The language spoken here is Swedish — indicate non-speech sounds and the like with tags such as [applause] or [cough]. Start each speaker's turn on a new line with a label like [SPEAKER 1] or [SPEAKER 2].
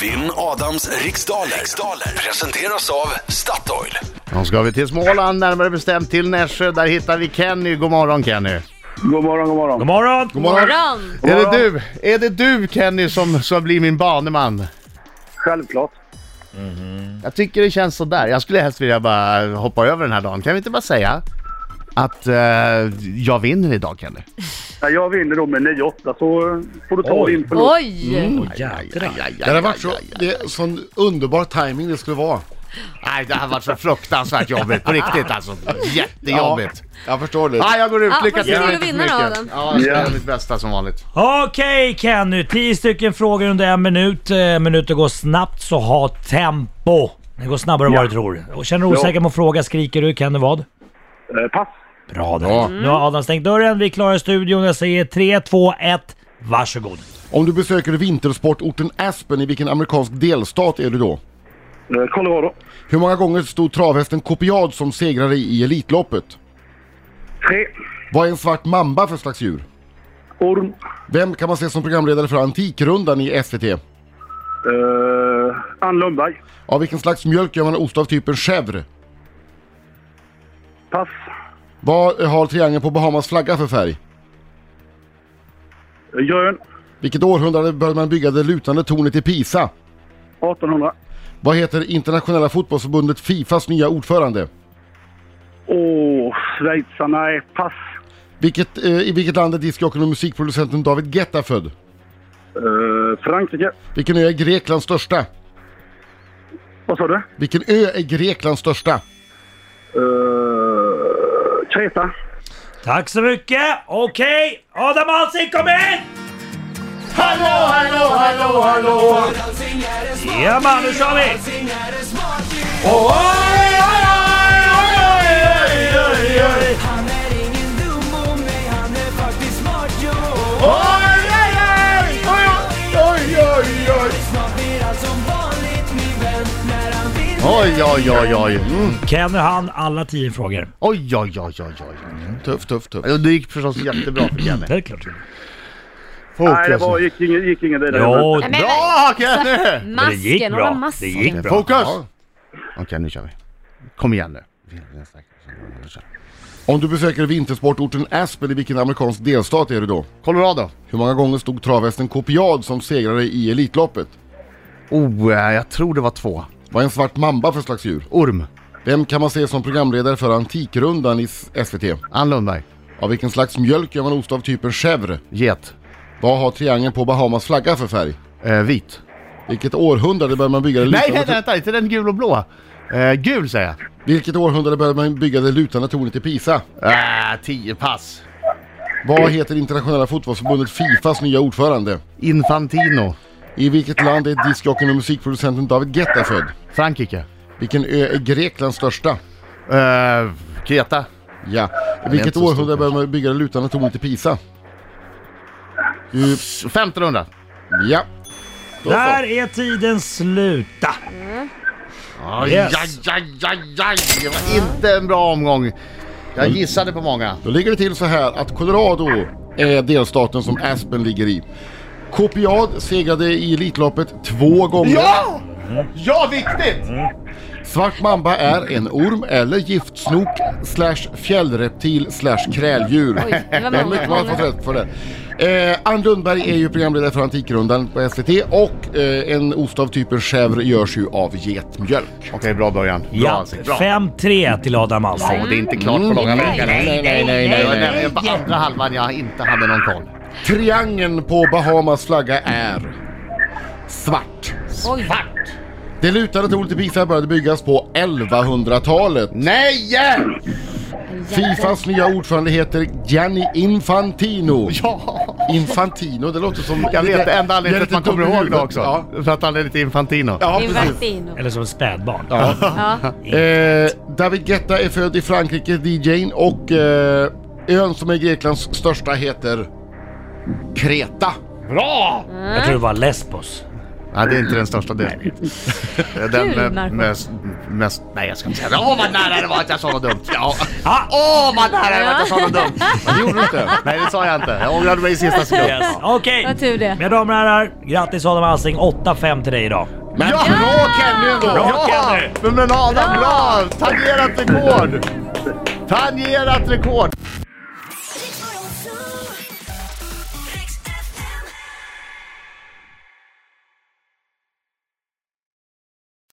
[SPEAKER 1] Vinn Adams riksdaler. riksdaler presenteras av Statoil.
[SPEAKER 2] Då ska vi till Småland, närmare bestämt till Nässjö. Där hittar vi Kenny. God morgon Kenny.
[SPEAKER 3] God morgon, god morgon.
[SPEAKER 4] God morgon!
[SPEAKER 2] God
[SPEAKER 5] Morgon!
[SPEAKER 2] Är det du, är det du Kenny som ska bli min baneman?
[SPEAKER 3] Självklart.
[SPEAKER 2] Jag tycker det känns sådär. Jag skulle helst vilja bara hoppa över den här dagen. Kan vi inte bara säga att eh, jag vinner idag Kenny?
[SPEAKER 3] Ja, jag vinner då med 9-8 så eh, får du ta
[SPEAKER 4] Oj.
[SPEAKER 3] din förlust.
[SPEAKER 5] Oj!
[SPEAKER 4] Åh, jädrar.
[SPEAKER 2] aj,
[SPEAKER 6] Det hade varit så, det, sån underbar timing det skulle vara.
[SPEAKER 2] Nej, det här var så fruktansvärt jobbigt. På riktigt alltså. Jättejobbigt.
[SPEAKER 6] Jag förstår det.
[SPEAKER 2] Ah, jag går ut.
[SPEAKER 5] Ja,
[SPEAKER 2] Lycka
[SPEAKER 5] vad
[SPEAKER 2] till.
[SPEAKER 5] ska du
[SPEAKER 2] Inte för
[SPEAKER 5] vinna då,
[SPEAKER 2] mycket.
[SPEAKER 5] Adam?
[SPEAKER 2] Ja, jag ska
[SPEAKER 3] Ja.
[SPEAKER 2] göra mitt bästa som vanligt.
[SPEAKER 4] Okej Kenny, tio stycken frågor under en minut. Eh, Minuter går snabbt så ha tempo. Det går snabbare än vad du tror. Och känner du
[SPEAKER 3] Ja.
[SPEAKER 4] osäker på att fråga skriker du Kenny vad?
[SPEAKER 3] Eh, pass.
[SPEAKER 4] Bra där. Nu har Adam stängt dörren, vi klarar studion. Jag säger 3, 2, 1, varsågod.
[SPEAKER 6] Om du besöker vintersportorten Aspen, i vilken amerikansk delstat är du då?
[SPEAKER 3] Eh, Colorado.
[SPEAKER 6] Hur många gånger stod travhästen Copiad som segrare i Elitloppet?
[SPEAKER 3] 3.
[SPEAKER 6] Vad är en svart mamba för slags djur?
[SPEAKER 3] Orm.
[SPEAKER 6] Vem kan man se som programledare för Antikrundan i SVT?
[SPEAKER 3] Eh, Ann Lundberg.
[SPEAKER 6] Av vilken slags mjölk gör man ost av typen chèvre?
[SPEAKER 3] Pass.
[SPEAKER 6] Vad har triangeln på Bahamas flagga för färg?
[SPEAKER 3] Eh, Grön.
[SPEAKER 6] Vilket århundrade började man bygga det lutande tornet i Pisa?
[SPEAKER 3] 1800.
[SPEAKER 6] Vad heter internationella fotbollsförbundet Fifas nya ordförande?
[SPEAKER 3] Åh, oh, schweizarna är pass.
[SPEAKER 6] Vilket, eh, I vilket land är discjockeyn och musikproducenten David Guetta född?
[SPEAKER 3] Eh, Frankrike.
[SPEAKER 6] Vilken ö är Greklands största?
[SPEAKER 3] Vad sa du?
[SPEAKER 6] Vilken ö är Greklands största?
[SPEAKER 3] Eh, Kreta.
[SPEAKER 4] Tack så mycket! Okej, Adam Alsing kom in! Hallå, hallå, hallå, hallå! Ja man, nu kör vi! Oj, oj, oj, oj, oj, oj, oj.
[SPEAKER 7] Han är ingen dum om mig, han är faktiskt smart jo
[SPEAKER 4] Oj, oj, oj, oj, oj, oj, oj.
[SPEAKER 7] Snart blir allt er som vanligt min vän när han vill
[SPEAKER 2] Oj, oj, oj, oj. Mm.
[SPEAKER 4] Kenny hann alla tio frågor.
[SPEAKER 2] Oj, oj, oj, oj, oj.
[SPEAKER 6] Tuff, tuff, tuff.
[SPEAKER 2] Ja, Det gick förstås jättebra för Kenny.
[SPEAKER 4] Det är klart.
[SPEAKER 3] Nej, det var, gick, ingen, gick ingen vidare.
[SPEAKER 4] Jo,
[SPEAKER 5] Nej, men-
[SPEAKER 2] Bra Kenny!
[SPEAKER 4] det gick
[SPEAKER 5] Masken, hålla
[SPEAKER 4] bra. Det
[SPEAKER 5] masken.
[SPEAKER 4] gick bra.
[SPEAKER 2] Fokus!
[SPEAKER 6] Ja.
[SPEAKER 2] Okej, nu kör vi. Kom igen nu.
[SPEAKER 6] Om du besöker vintersportorten Aspen i vilken amerikansk delstat är du då?
[SPEAKER 2] Colorado.
[SPEAKER 6] Hur många gånger stod travhästen Copiad som segrare i Elitloppet?
[SPEAKER 2] Oh, eh, jag tror det var två.
[SPEAKER 6] Vad är en svart mamba för slags djur?
[SPEAKER 2] Orm.
[SPEAKER 6] Vem kan man se som programledare för Antikrundan i s- SVT?
[SPEAKER 2] Ann Lundberg.
[SPEAKER 6] Av vilken slags mjölk gör man ost av typen chèvre?
[SPEAKER 2] Get.
[SPEAKER 6] Vad har triangeln på Bahamas flagga för färg?
[SPEAKER 2] Eh, vit.
[SPEAKER 6] Vilket århundrade började man bygga det
[SPEAKER 2] Nej,
[SPEAKER 6] lutande
[SPEAKER 2] nej, vänta. Inte den gul och blå. Eh, gul säger jag.
[SPEAKER 6] Vilket århundrade började man bygga det lutande tornet i Pisa?
[SPEAKER 2] Ah, tio pass.
[SPEAKER 6] Vad heter internationella fotbollsförbundet Fifas nya ordförande?
[SPEAKER 2] Infantino.
[SPEAKER 6] I vilket land är discjockeyn och musikproducenten David Guetta född?
[SPEAKER 2] Frankrike.
[SPEAKER 6] Vilken ö är Greklands största?
[SPEAKER 2] Eh, Kreta.
[SPEAKER 6] Ja.
[SPEAKER 2] inte
[SPEAKER 6] Vilket
[SPEAKER 2] så
[SPEAKER 6] århundrade
[SPEAKER 2] stor,
[SPEAKER 6] började man bygga det lutande tornet i Pisa? Du,
[SPEAKER 2] 1500.
[SPEAKER 6] ja. Då så.
[SPEAKER 4] Där är tiden sluta.
[SPEAKER 2] Aj,
[SPEAKER 4] Yes.
[SPEAKER 2] aj, aj, aj, aj. Det var inte en bra omgång. Jag gissade på många.
[SPEAKER 6] Då ligger det till så här att Colorado är delstaten som Aspen ligger i. Copiad segrade i Elitloppet två gånger.
[SPEAKER 2] Ja! Ja, viktigt!
[SPEAKER 6] Svart mamba är en orm eller giftsnok slash fjällreptil slash kräldjur.
[SPEAKER 5] Oj, det var
[SPEAKER 6] Det är
[SPEAKER 5] många.
[SPEAKER 6] mycket man har fått rätt för det. Eh, Ann Lundberg är ju programledare för Antikrundan på SVT och eh, en ost av typen chèvre görs ju av getmjölk.
[SPEAKER 2] Okej, bra början. Bra,
[SPEAKER 4] Ja,
[SPEAKER 2] Alsing, bra.
[SPEAKER 4] 5-3 till Adam Alsing.
[SPEAKER 2] Och det är inte klart
[SPEAKER 6] Mm.
[SPEAKER 2] på långa vägar.
[SPEAKER 6] nej, nej, nej,
[SPEAKER 2] Det
[SPEAKER 6] nej,
[SPEAKER 2] var
[SPEAKER 6] nej.
[SPEAKER 2] nämligen på andra halvan jag inte hade någon koll.
[SPEAKER 6] Triangeln på Bahamas flagga är svart.
[SPEAKER 5] Oj.
[SPEAKER 6] Det lutande tornet i Pisa började byggas på 1100-talet.
[SPEAKER 2] Nej!
[SPEAKER 6] Fifas nya ordförande heter Gianni Infantino.
[SPEAKER 2] [laughs] Ja!
[SPEAKER 6] Infantino, det låter som...
[SPEAKER 2] Jag vet, enda
[SPEAKER 6] det är
[SPEAKER 2] anledningen till
[SPEAKER 6] lite
[SPEAKER 2] att man kommer
[SPEAKER 6] dubbel
[SPEAKER 2] ihåg det
[SPEAKER 6] huvud.
[SPEAKER 2] också.
[SPEAKER 6] Ja,
[SPEAKER 2] För att han är lite infantino.
[SPEAKER 6] ja precis.
[SPEAKER 5] Invertino.
[SPEAKER 4] Eller som ett spädbarn.
[SPEAKER 5] Ja.
[SPEAKER 6] Eh, David Guetta är född i Frankrike, DJn, och eh, ön som är Greklands största heter Kreta.
[SPEAKER 4] Jag tror det var Lesbos.
[SPEAKER 2] Ja, det är inte den största delen. [laughs] den
[SPEAKER 5] Kul,
[SPEAKER 2] med-
[SPEAKER 5] Marco.
[SPEAKER 2] mest, mest... Nej, jag ska inte säga det. Åh, vad nära det var att jag sa något dumt. Ja.
[SPEAKER 4] Ja.
[SPEAKER 2] Åh, vad nära det var att jag sa något dumt.
[SPEAKER 6] Det gjorde du inte.
[SPEAKER 2] Nej, det sa jag inte. Jag ångrade mig i sista sekund.
[SPEAKER 4] Yes. Okej,
[SPEAKER 5] Vad tur det.
[SPEAKER 4] mina damer och herrar. Grattis Adam Alsing, 8-5 till dig idag.
[SPEAKER 6] Men ja! bra Kenny ändå!
[SPEAKER 4] Bra,
[SPEAKER 2] Ja!
[SPEAKER 4] Kenny.
[SPEAKER 2] Men, men Adam,
[SPEAKER 5] Ja.
[SPEAKER 2] bra! Tangerat rekord! Tangerat rekord!
[SPEAKER 8] Riks Morgonzoo.